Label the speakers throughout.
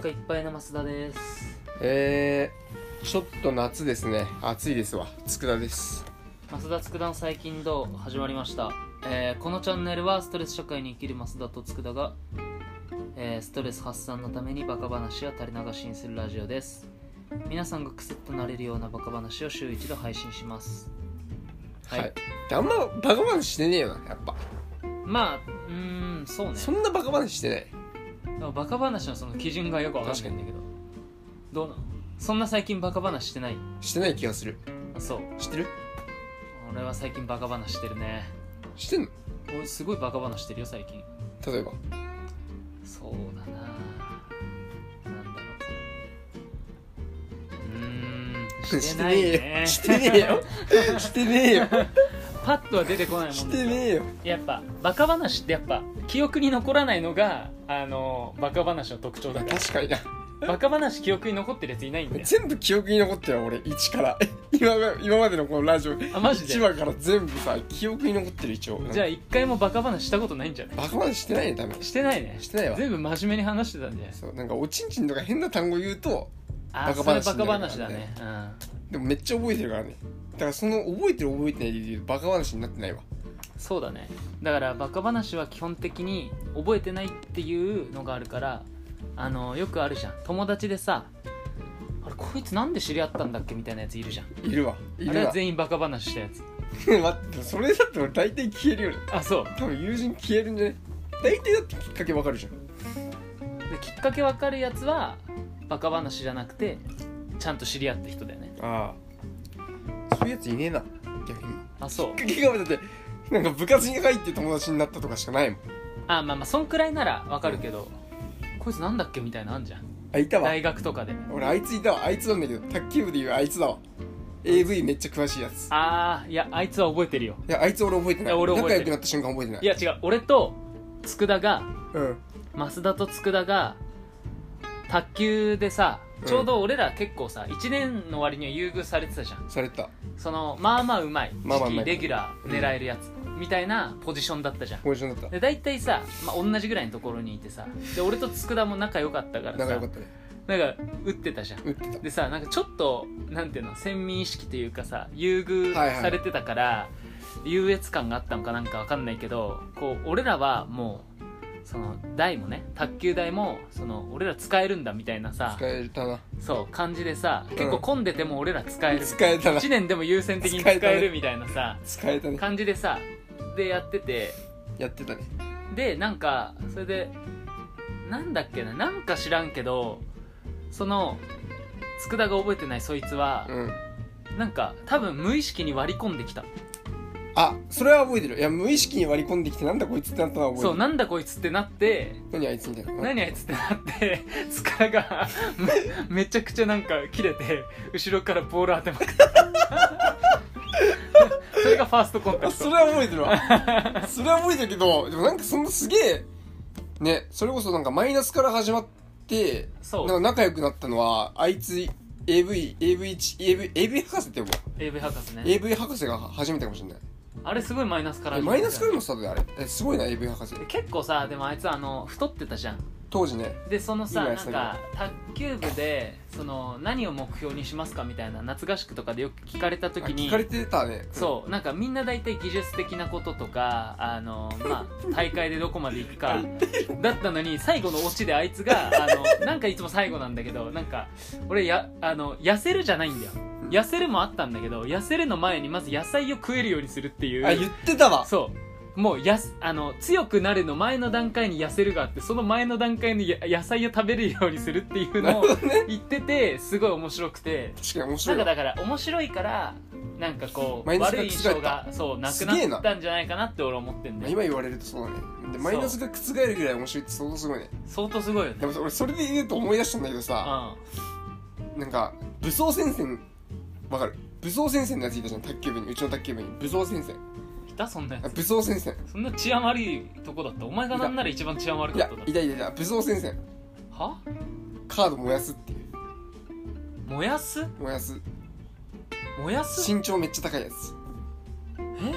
Speaker 1: 増田です
Speaker 2: えー、ちょっと夏ですね暑いですわ佃です
Speaker 1: 増田佃の最近どう始まりました、えーこのチャンネルはストレス社会に生きる増田と佃が、えーストレス発散のためにバカ話や垂れ流しにするラジオです皆さんがクスッとなれるようなバカ話を週一度配信しますはい、
Speaker 2: であんまバカ話してねえよなやっぱ
Speaker 1: まあうーんそうね
Speaker 2: そんなバカ話してない
Speaker 1: でもバカ話のその基準がよくわかんないんだけどどうなのそんな最近バカ話してない
Speaker 2: してない気がする
Speaker 1: あそう
Speaker 2: 知ってる
Speaker 1: 俺は最近バカ話してるね
Speaker 2: 知ってんの
Speaker 1: 俺すごいバカ話してるよ最近
Speaker 2: 例えば
Speaker 1: そうだななんだろううーんしてないね
Speaker 2: してね えよしてねえよ
Speaker 1: パッとは出てこないもんです
Speaker 2: し
Speaker 1: よ
Speaker 2: てねえよ
Speaker 1: やっぱバカ話ってやっぱ記憶に残らないのがあのバカ話の特徴だか
Speaker 2: 確かにな
Speaker 1: らバカ話記憶に残ってるやついないんだよ
Speaker 2: 全部記憶に残ってるわ俺1から 今が今までのこのラジオ
Speaker 1: あマジで
Speaker 2: 1話から全部さ記憶に残ってる一応
Speaker 1: じゃあ一回もバカ話したことないんじゃない
Speaker 2: バカ話してないね多分
Speaker 1: してないね
Speaker 2: してないわ
Speaker 1: 全部真面目に話してたんじゃない
Speaker 2: そうなんかおちんちんとか変な単語言うと
Speaker 1: あ
Speaker 2: バ
Speaker 1: そ
Speaker 2: カ
Speaker 1: れ
Speaker 2: 話
Speaker 1: バ
Speaker 2: にな
Speaker 1: カ
Speaker 2: るからね
Speaker 1: 話だねうん
Speaker 2: でもめっちゃ覚えてるからねだからその覚えてる覚えてないで言うとバカ話になってないわ
Speaker 1: そうだねだからバカ話は基本的に覚えてないっていうのがあるからあのよくあるじゃん友達でさあれこいつなんで知り合ったんだっけみたいなやついるじゃん
Speaker 2: いるわい
Speaker 1: あれ
Speaker 2: る
Speaker 1: は
Speaker 2: わ待
Speaker 1: 全員バカ話したやつ
Speaker 2: ってそれだって俺大体消えるよね
Speaker 1: あそう
Speaker 2: 多分友人消えるんじゃない大体だってきっかけわかるじゃん
Speaker 1: できっかけわかるやつはバカ話じゃなくてちゃんと知り合った人だよね
Speaker 2: ああそういうやついねえな逆に
Speaker 1: あそう
Speaker 2: きっかけがだってなんか部活に入って友達になったとかしかないもん
Speaker 1: あまあまあそんくらいならわかるけどこいつなんだっけみたいなのあんじゃん
Speaker 2: あいたわ
Speaker 1: 大学とかで
Speaker 2: 俺あいついたわあいつなんだけど卓球部で言うあいつだわ AV めっちゃ詳しいやつい
Speaker 1: ああいやあいつは覚えてるよ
Speaker 2: やあいつ俺覚えてない
Speaker 1: いや俺覚えてる
Speaker 2: 仲良くなった瞬間覚えてない
Speaker 1: いや違う俺と佃が
Speaker 2: うん
Speaker 1: 増田と佃が卓球でさ
Speaker 2: うん
Speaker 1: ちょうど俺ら結構さ、1年の割には優遇されてたじゃん
Speaker 2: されてた
Speaker 1: そのまあまあうまい
Speaker 2: まあまあうま
Speaker 1: 次期
Speaker 2: い
Speaker 1: レギュラー狙えるやつ、みたいなポジションだったじゃん
Speaker 2: ポジションだっ
Speaker 1: で大体さ、まあ、同じぐらいのところにいてさで俺と佃も仲良かったから
Speaker 2: た
Speaker 1: さ
Speaker 2: 仲良かったね
Speaker 1: なんか打ってたじゃん
Speaker 2: 打ってた
Speaker 1: でさなんかちょっとなんていうの先民意識というかさ優遇
Speaker 2: はいはい
Speaker 1: されてたから、優越感があったのかなんかわかんないけどこう俺らはもうその台もね卓球台もその俺ら使えるんだみたいなさ
Speaker 2: 使えたな
Speaker 1: そう感じでさ
Speaker 2: ん
Speaker 1: 結構混んでても俺ら使える、
Speaker 2: 使えたな
Speaker 1: 1年でも優先的に使えるみたいなさ
Speaker 2: 使えたね
Speaker 1: 感じでさでやってて
Speaker 2: やってたね
Speaker 1: でなんかそれでなんだっけななんか知らんけどその佃が覚えてないそいつは、
Speaker 2: うん
Speaker 1: なんか多分無意識に割り込んできた
Speaker 2: あそれは覚えてるいや無意識に割り込んできてなんだこいつってなったのは覚えて
Speaker 1: そ
Speaker 2: る
Speaker 1: うなんだこいつってなって
Speaker 2: 何あいつみたいな
Speaker 1: 何あいつってなって 塚がめめちゃくちゃなんか切れて後ろからボール当てま くったそれがファーストコンタ
Speaker 2: あ
Speaker 1: ク
Speaker 2: それ
Speaker 1: ト
Speaker 2: は覚えて るわそれは覚えてるけどでもなんかそのすげえねそれこそなんかマイナスから始まって
Speaker 1: そう
Speaker 2: なんか仲良くなったのはあいつ AV, AV, AV, AV 博士って呼ぶわ
Speaker 1: AV 博士ね
Speaker 2: AV 博士が初めてかもしれない
Speaker 1: あれすごいマイナスから
Speaker 2: え
Speaker 1: 始ま
Speaker 2: マ
Speaker 1: っ
Speaker 2: イ
Speaker 1: た
Speaker 2: ナスからのスタートであれえすごいな AV 博士
Speaker 1: 結構さでもあいつあの太ってたじゃん
Speaker 2: 当時ね
Speaker 1: でそのさ
Speaker 2: いい
Speaker 1: なん
Speaker 2: ね
Speaker 1: か卓球部でその何を目標にしますかみたいな夏合宿とかでよく聞かれた
Speaker 2: あ
Speaker 1: 時に
Speaker 2: 聞かれてたね
Speaker 1: そうなんかみんな大体技術的なこととかあの、 まあ、大会でどこまで行くかだったのに最後のオチであいつがあのなんかいつも最後なんだけどなんか俺やあの痩せるじゃないんだよ痩せるもあったんだけど痩せるの前にまず野菜を食えるようにするっていう
Speaker 2: あ言ってたわ
Speaker 1: そうもうやすあの強くなるの前の段階に痩せるがあってその前の段階にや野菜を食べるようにするっていう
Speaker 2: なる
Speaker 1: のを
Speaker 2: ほどね
Speaker 1: 言っててすごい面白くて
Speaker 2: 確かに面白
Speaker 1: ないん
Speaker 2: わ
Speaker 1: かだから面白いからなんかこう
Speaker 2: マイナスが
Speaker 1: 悪い印象がそうなく
Speaker 2: すげえ
Speaker 1: な
Speaker 2: な
Speaker 1: ったんじゃないかなって俺思ってん
Speaker 2: まあ
Speaker 1: で
Speaker 2: 今言われるとそうだねでマイナスが覆るぐらい面白いって相当すごいね
Speaker 1: 相当すごいよね
Speaker 2: でも俺それで言うと思い出したんだけどさ、
Speaker 1: う
Speaker 2: なんか武装戦線わかる武装戦線のやついたじゃん卓球部にうちの卓球部に武装戦線
Speaker 1: んいたそんなや
Speaker 2: あ
Speaker 1: つ
Speaker 2: 武装戦線
Speaker 1: そんな治安悪いとこだったお前がなんなら一番治安悪
Speaker 2: い
Speaker 1: かっ
Speaker 2: や
Speaker 1: ただ
Speaker 2: いたいたいた武装戦線
Speaker 1: は
Speaker 2: カード燃やすっていう
Speaker 1: 燃やす
Speaker 2: 燃やす
Speaker 1: 燃やす
Speaker 2: 身長めっちゃ高いやつ
Speaker 1: え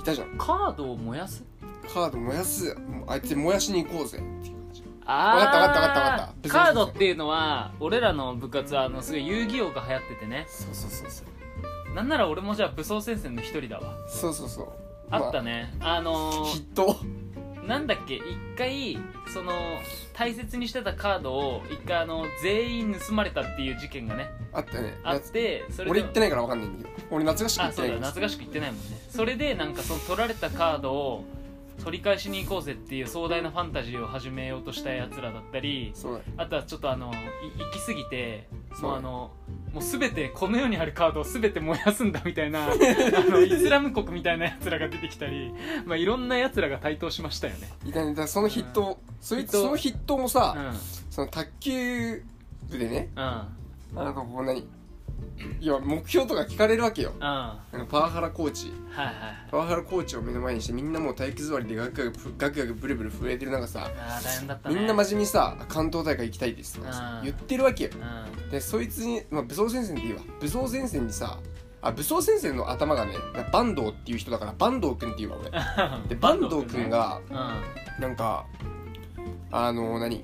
Speaker 2: いたじゃん
Speaker 1: カードを燃やす
Speaker 2: カード燃やすもうあいつ燃やしに行こうぜっていう感じ
Speaker 1: あー
Speaker 2: わかったわかったわかったわかった
Speaker 1: カードっていうのは俺らの部活はあのすごい遊戯王が流行っててね
Speaker 2: そうそうそうそう
Speaker 1: なんなら俺もじゃあ武装戦線の一人だわ
Speaker 2: そうそうそう
Speaker 1: あった
Speaker 2: ね、
Speaker 1: ね、あ、の
Speaker 2: まあ、きっ
Speaker 1: ー、
Speaker 2: と
Speaker 1: なんだっけ一回その大切にしてたカードを一回あの全員盗まれたっていう事件がね
Speaker 2: あったね
Speaker 1: あっ
Speaker 2: 夏
Speaker 1: てそれで
Speaker 2: 俺行ってないからわかんないんだけど俺夏合宿行
Speaker 1: あ
Speaker 2: って
Speaker 1: そ
Speaker 2: な
Speaker 1: う
Speaker 2: いか
Speaker 1: だ
Speaker 2: ら
Speaker 1: 夏合宿行ってないもんねそれでなんかその取られたカードを取り返しに行こうぜっていう壮大なファンタジーを始めようとしたやつらだったり
Speaker 2: そうだ
Speaker 1: あとはちょっとあのい行き過ぎて
Speaker 2: そう
Speaker 1: もうあのもう全てこの世にあるカードを全て燃やすんだみたい なあのイスラム国みたいなやつらが出てきたり、まあ、いろんなやつらが台頭しましたよね、
Speaker 2: いたねだからその筆頭、そい
Speaker 1: 筆
Speaker 2: つ
Speaker 1: 頭
Speaker 2: その筆頭も
Speaker 1: う
Speaker 2: さ、
Speaker 1: ん
Speaker 2: その卓球部でね
Speaker 1: うん
Speaker 2: あのこう何いや目標とか聞かれるわけよ
Speaker 1: うんは
Speaker 2: あのパワハラコーチ
Speaker 1: いはい
Speaker 2: パワハラコーチを目の前にしてみんなもう体育座りでガクガクガクガクブルブル震えてる中さ
Speaker 1: あー大変だった
Speaker 2: み
Speaker 1: ね
Speaker 2: んな真面目にさ関東大会行きたいですとかさ
Speaker 1: うん
Speaker 2: 言ってるわけよ
Speaker 1: うん
Speaker 2: でそいつに、まあ、武装戦線でいいわ武装戦線にさあ武装戦線の頭がねバンドっていう人だからバンド君って言うわ俺でバンド君が
Speaker 1: うんうん
Speaker 2: なんかあの何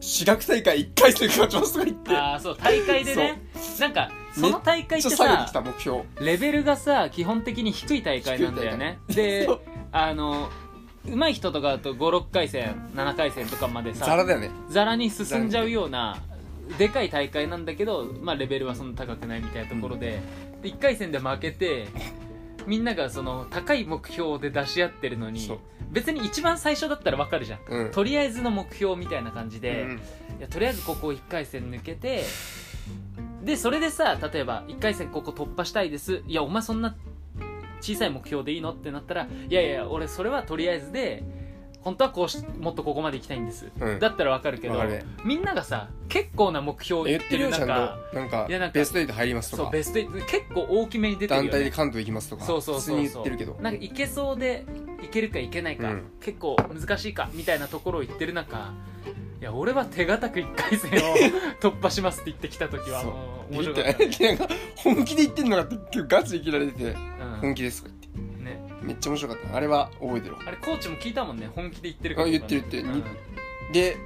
Speaker 2: 私学大会1回戦勝ちますとか言って
Speaker 1: ああそう大会でねなんかその大会っ
Speaker 2: ち
Speaker 1: て
Speaker 2: ょっと下げてき
Speaker 1: さ
Speaker 2: た目標
Speaker 1: レベルがさ基本的に低い大会なんだよね
Speaker 2: 低い大会
Speaker 1: で
Speaker 2: そう
Speaker 1: あの上手い人とかだと56回戦7回戦とかまで
Speaker 2: ザラ
Speaker 1: さ
Speaker 2: だよね
Speaker 1: ざらに進んじゃうようなでかい大会なんだけど、まあ、レベルはそんな高くないみたいなところで,、で1回戦で負けてみんながその高い目標で出し合ってるの
Speaker 2: そ
Speaker 1: に
Speaker 2: う
Speaker 1: 別に一番最初だったら分かるじゃん
Speaker 2: うん
Speaker 1: とりあえずの目標みたいな感じで、
Speaker 2: うん
Speaker 1: いやとりあえずここ1回戦抜けてでそれでさ例えば1回戦ここ突破したいですいやお前そんな小さい目標でいいのってなったらいやいや俺それはとりあえずで本当はこうしもっとここまで行きたいんです、
Speaker 2: うん
Speaker 1: だったらわかるけど
Speaker 2: わかるね
Speaker 1: みんながさ結構な目標を
Speaker 2: 言
Speaker 1: 言
Speaker 2: っ
Speaker 1: ってて
Speaker 2: る
Speaker 1: る
Speaker 2: よちゃん
Speaker 1: 中
Speaker 2: となんか
Speaker 1: いやなんか
Speaker 2: ベスト8入りますと
Speaker 1: そう
Speaker 2: か
Speaker 1: ベスト8結構大きめに出てるよ、
Speaker 2: 団
Speaker 1: ね、
Speaker 2: 体で関東行きますとか
Speaker 1: そうそうそうそう
Speaker 2: 普通に言ってるけど
Speaker 1: なんかいけそうでいけるかいけないか、
Speaker 2: うん
Speaker 1: 結構難しいかみたいなところを言ってる中いや俺は手堅く1回戦を突破しますって言ってきた時は
Speaker 2: そう
Speaker 1: もう面
Speaker 2: ビビっ
Speaker 1: 白
Speaker 2: て
Speaker 1: か
Speaker 2: な
Speaker 1: っ
Speaker 2: いなんか本気で言ってんのかって結構ガチで切られてて
Speaker 1: た、う
Speaker 2: 本気ですとか言っ
Speaker 1: んね、
Speaker 2: てめっちゃ面白かったあれは覚えてるわ
Speaker 1: あれコーチも聞いたもんね本気で言ってるかどうか
Speaker 2: あ言ってる言ってる
Speaker 1: うん
Speaker 2: で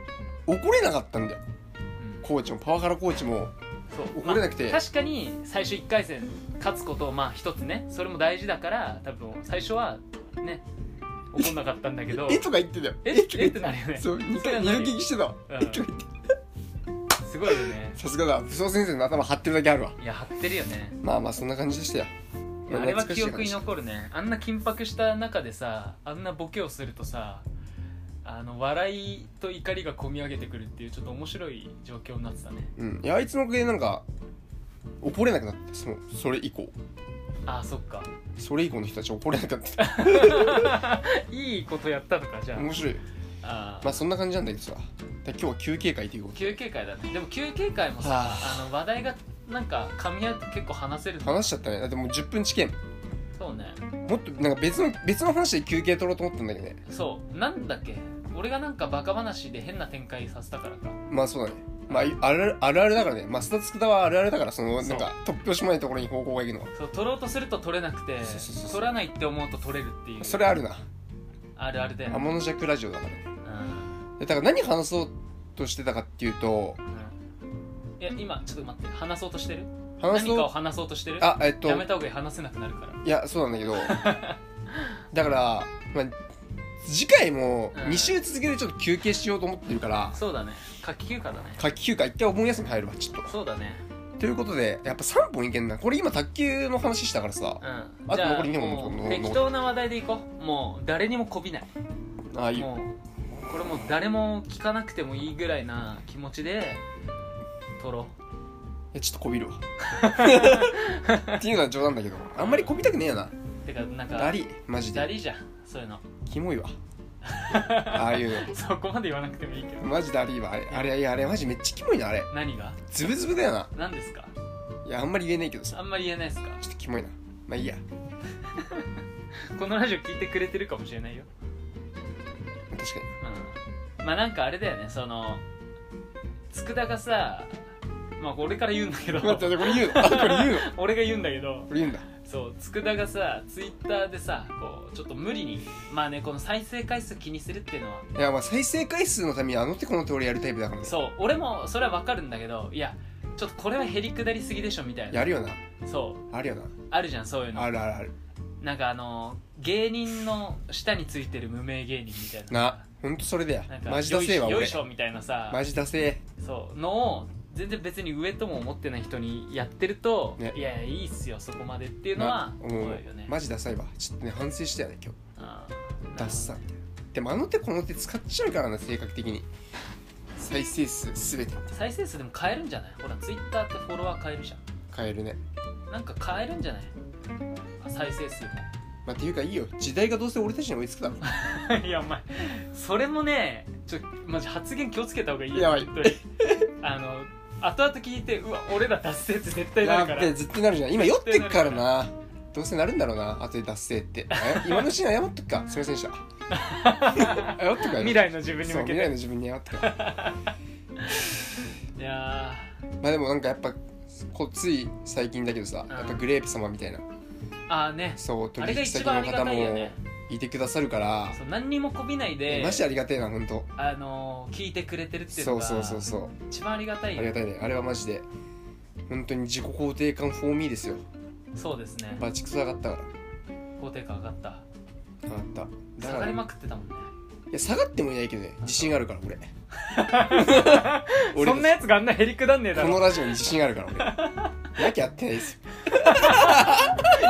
Speaker 2: 怒れなかったんだよ
Speaker 1: うん
Speaker 2: コーチもパワハラコーチも
Speaker 1: そう
Speaker 2: 怒れなく
Speaker 1: ま
Speaker 2: て
Speaker 1: あ確かに最初1回戦勝つことをまあ一つねそれも大事だから多分最初はね怒んなかったんだけど
Speaker 2: 「ええとか言ってたよ
Speaker 1: え
Speaker 2: とか
Speaker 1: え
Speaker 2: 言
Speaker 1: っってなるよね
Speaker 2: そう2回
Speaker 1: それは
Speaker 2: 二
Speaker 1: 何
Speaker 2: 度聞きしてたわ
Speaker 1: うん
Speaker 2: えとか言って
Speaker 1: すごいよね
Speaker 2: さすがだ武装先生の頭張ってるだけあるわ
Speaker 1: いや張ってるよね
Speaker 2: まあまあそんな感じでしたよま
Speaker 1: あれは記
Speaker 2: 懐
Speaker 1: 憶
Speaker 2: かし
Speaker 1: に
Speaker 2: い話
Speaker 1: 残るねあんな緊迫した中でさあんなボケをするとさあの笑いと怒りがこみ上げてくるっていうちょっと面白い状況になってたね
Speaker 2: うんいやあいつのおかげでなんか怒れなくなってそのそれ以降
Speaker 1: ああそっか
Speaker 2: それ以降の人たち怒れなくなって
Speaker 1: いいことやったのかじゃ
Speaker 2: 面白い
Speaker 1: ああー
Speaker 2: まあそんな感じなんだけどさだから今日は休憩会ということで
Speaker 1: 休憩会だねでも休憩会もさ
Speaker 2: は
Speaker 1: あの話題がなんか噛み合って結構話せるの
Speaker 2: 話しちゃったねだってもう10分遅延
Speaker 1: そうね
Speaker 2: もっとなんか別の別の話で休憩取ろうと思ったんだけどね
Speaker 1: そうなんだっけ俺がなんかバカ話で変な展開させたからか
Speaker 2: まあそうだねまああるあるあるだからね増田佃はあるあるだからそのなんか突拍子もないところに方向がいくのは
Speaker 1: そう取ろうとすると取れなくて
Speaker 2: そうそうそうそう
Speaker 1: 取らないって思うと取れるっていう
Speaker 2: それあるな
Speaker 1: あるあるだよね
Speaker 2: 天の弱ラジオだからね
Speaker 1: うん
Speaker 2: でだから何話そうとしてたかっていうと
Speaker 1: うんいや今ちょっと待って話そうとしてる
Speaker 2: 話
Speaker 1: 何かを
Speaker 2: そう
Speaker 1: 話そうとしてる
Speaker 2: あえっと
Speaker 1: やめた方がいい話せなくなるから
Speaker 2: いやそうな んだけどだから、まあ、次回も
Speaker 1: うん
Speaker 2: 2週続けてちょっと休憩しようと思ってるから
Speaker 1: そうだね夏季休暇だね
Speaker 2: 夏季休暇一回お盆休み入るわちょっと
Speaker 1: そうだね
Speaker 2: ということでやっぱ3本いけんなこれ今卓球の話したからさ
Speaker 1: うん
Speaker 2: あと
Speaker 1: じゃ
Speaker 2: 残り二本
Speaker 1: もう
Speaker 2: 残り
Speaker 1: 適当な話題でいこうもう誰にもこびない
Speaker 2: ああいう
Speaker 1: もうこれもう誰も聞かなくてもいいぐらいな気持ちで撮ろう
Speaker 2: えちょっとこ びるわっていうのは冗談だけどあんまりこびたくねえよな
Speaker 1: てかなんか
Speaker 2: ダリマジ
Speaker 1: ダ
Speaker 2: で
Speaker 1: リじゃんそういうの
Speaker 2: キモいわああいう
Speaker 1: そこまで言わなくてもいいけど
Speaker 2: のマジダリーわあれあれいやあれマジめっちゃキモいなあれ
Speaker 1: 何が
Speaker 2: ズブズブだよな
Speaker 1: 何ですか
Speaker 2: いやあんまり言えないけどさ
Speaker 1: あんまり言えないですか
Speaker 2: ちょっとキモいなまあいいや
Speaker 1: このラジオ聞いてくれてるかもしれないよ
Speaker 2: 確か
Speaker 1: うんまあなんかあれだよねその佃がさまあ俺から言うんだけ
Speaker 2: に待って待
Speaker 1: ど
Speaker 2: っ てこれ言うのあこれ言うの
Speaker 1: 俺が言うんだけど
Speaker 2: これ言うんだ
Speaker 1: そう佃がさツイッターでさこうちょっと無理にまあねこの再生回数気にするっていうのはい
Speaker 2: やまあ再生回数のためにあの手この手俺やるタイプだからね
Speaker 1: そう俺もそれはわかるんだけどいやちょっとこれはへりくだりすぎでしょみたいな
Speaker 2: やるよな
Speaker 1: そう
Speaker 2: あるよな
Speaker 1: あるじゃんそういうの
Speaker 2: あるあるある
Speaker 1: なんかあの芸人の下についてる無名芸人みたいな
Speaker 2: なほんとそれだよ
Speaker 1: なんか
Speaker 2: マジダセえわ
Speaker 1: よい
Speaker 2: 俺
Speaker 1: しょよいしょみたいなさ
Speaker 2: マジダセえ
Speaker 1: そうのを全然別に上とも思ってない人にやってると、
Speaker 2: ね
Speaker 1: いやいやいいっすよそこまでっていうのは
Speaker 2: な
Speaker 1: 思う
Speaker 2: も
Speaker 1: よね、
Speaker 2: マジダサいわちょっとね反省したよね今日
Speaker 1: あー
Speaker 2: ダッサみたいなでもあの手この手使っちゃうからな性格的に再生数すべて
Speaker 1: 再生数でも変えるんじゃないほらツイッターってフォロワー変えるじゃ
Speaker 2: 変えるね
Speaker 1: んなんか変えるんじゃない再生数
Speaker 2: まあ、っていうかいいよ時代がどうせ俺たちに追いつくだろ
Speaker 1: も いやお前それもねちょマジ発言気をつけた方がいいよ
Speaker 2: やばい
Speaker 1: 本当に あの後々聞いてうわ俺ら達成って絶対な
Speaker 2: や
Speaker 1: るか
Speaker 2: っ
Speaker 1: ら
Speaker 2: べ絶対なるじゃん今酔ってっからなどうせなるんだろうな後で脱線ってあ今のうちに謝っとくかすいませんでした 謝っとくか
Speaker 1: 未来の自分に
Speaker 2: そう
Speaker 1: 向け
Speaker 2: 未
Speaker 1: て
Speaker 2: 来の自分に謝っとくか
Speaker 1: いや
Speaker 2: まあでもなんかやっぱこつい最近だけどさ、
Speaker 1: ん
Speaker 2: やっぱグレープ様みたいな
Speaker 1: ーああね
Speaker 2: そう
Speaker 1: あれ
Speaker 2: 取
Speaker 1: が
Speaker 2: 引
Speaker 1: 一
Speaker 2: 先
Speaker 1: 番あ
Speaker 2: の
Speaker 1: りが
Speaker 2: 方
Speaker 1: たいよ
Speaker 2: も
Speaker 1: ね
Speaker 2: いてくださるから、
Speaker 1: そう何にもこびないで
Speaker 2: マジありがてえな本当
Speaker 1: あのー聞いてくれてるっていう
Speaker 2: そ
Speaker 1: の
Speaker 2: う
Speaker 1: が
Speaker 2: そうそうそう
Speaker 1: 一番ありがたい
Speaker 2: ありが
Speaker 1: よ
Speaker 2: たいねあれはマジで本当に自己肯定感フォーミーですよ
Speaker 1: そうですね
Speaker 2: バチクソ上がったから
Speaker 1: 肯定感上がった
Speaker 2: 上がっただ
Speaker 1: 下
Speaker 2: か
Speaker 1: が
Speaker 2: ら
Speaker 1: りまくってたもんね
Speaker 2: いや下がってもいないけどね自信があるから 俺俺
Speaker 1: そんなやつがあんなへりくだんねえだ
Speaker 2: この
Speaker 1: ろ
Speaker 2: ラジオに自信があるから俺なきゃやってないですよ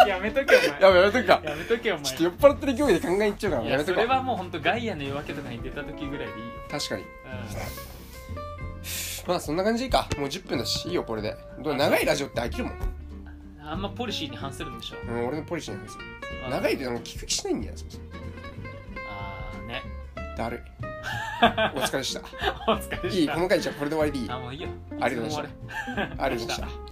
Speaker 1: やめとけお前
Speaker 2: やばいやめとくか
Speaker 1: やめとけお前
Speaker 2: ちょっと酔っ払ってる勢いで考えにいっちゃうから
Speaker 1: い
Speaker 2: やめ
Speaker 1: や
Speaker 2: と
Speaker 1: そ
Speaker 2: く
Speaker 1: れ
Speaker 2: か
Speaker 1: はもう本当ガイアの夜明けとかに出た時ぐらいでいいよ、
Speaker 2: 確かに
Speaker 1: う
Speaker 2: まあそんな感じでいいかもう10分だしいいよこれでどう長いラジオって飽きるもん、
Speaker 1: ん、あんまポリシーに反するんでしょ
Speaker 2: うん、俺のポリシーなんですよ長いとなんか聞く気しないんだよそもそも
Speaker 1: ああね
Speaker 2: だるいお疲れでした
Speaker 1: お疲れ様で
Speaker 2: いい
Speaker 1: した
Speaker 2: この回じゃあこれで終わりでいい
Speaker 1: あもういいよ
Speaker 2: ありがとうござい
Speaker 1: いつ
Speaker 2: ました
Speaker 1: も終わる
Speaker 2: ありがとうございました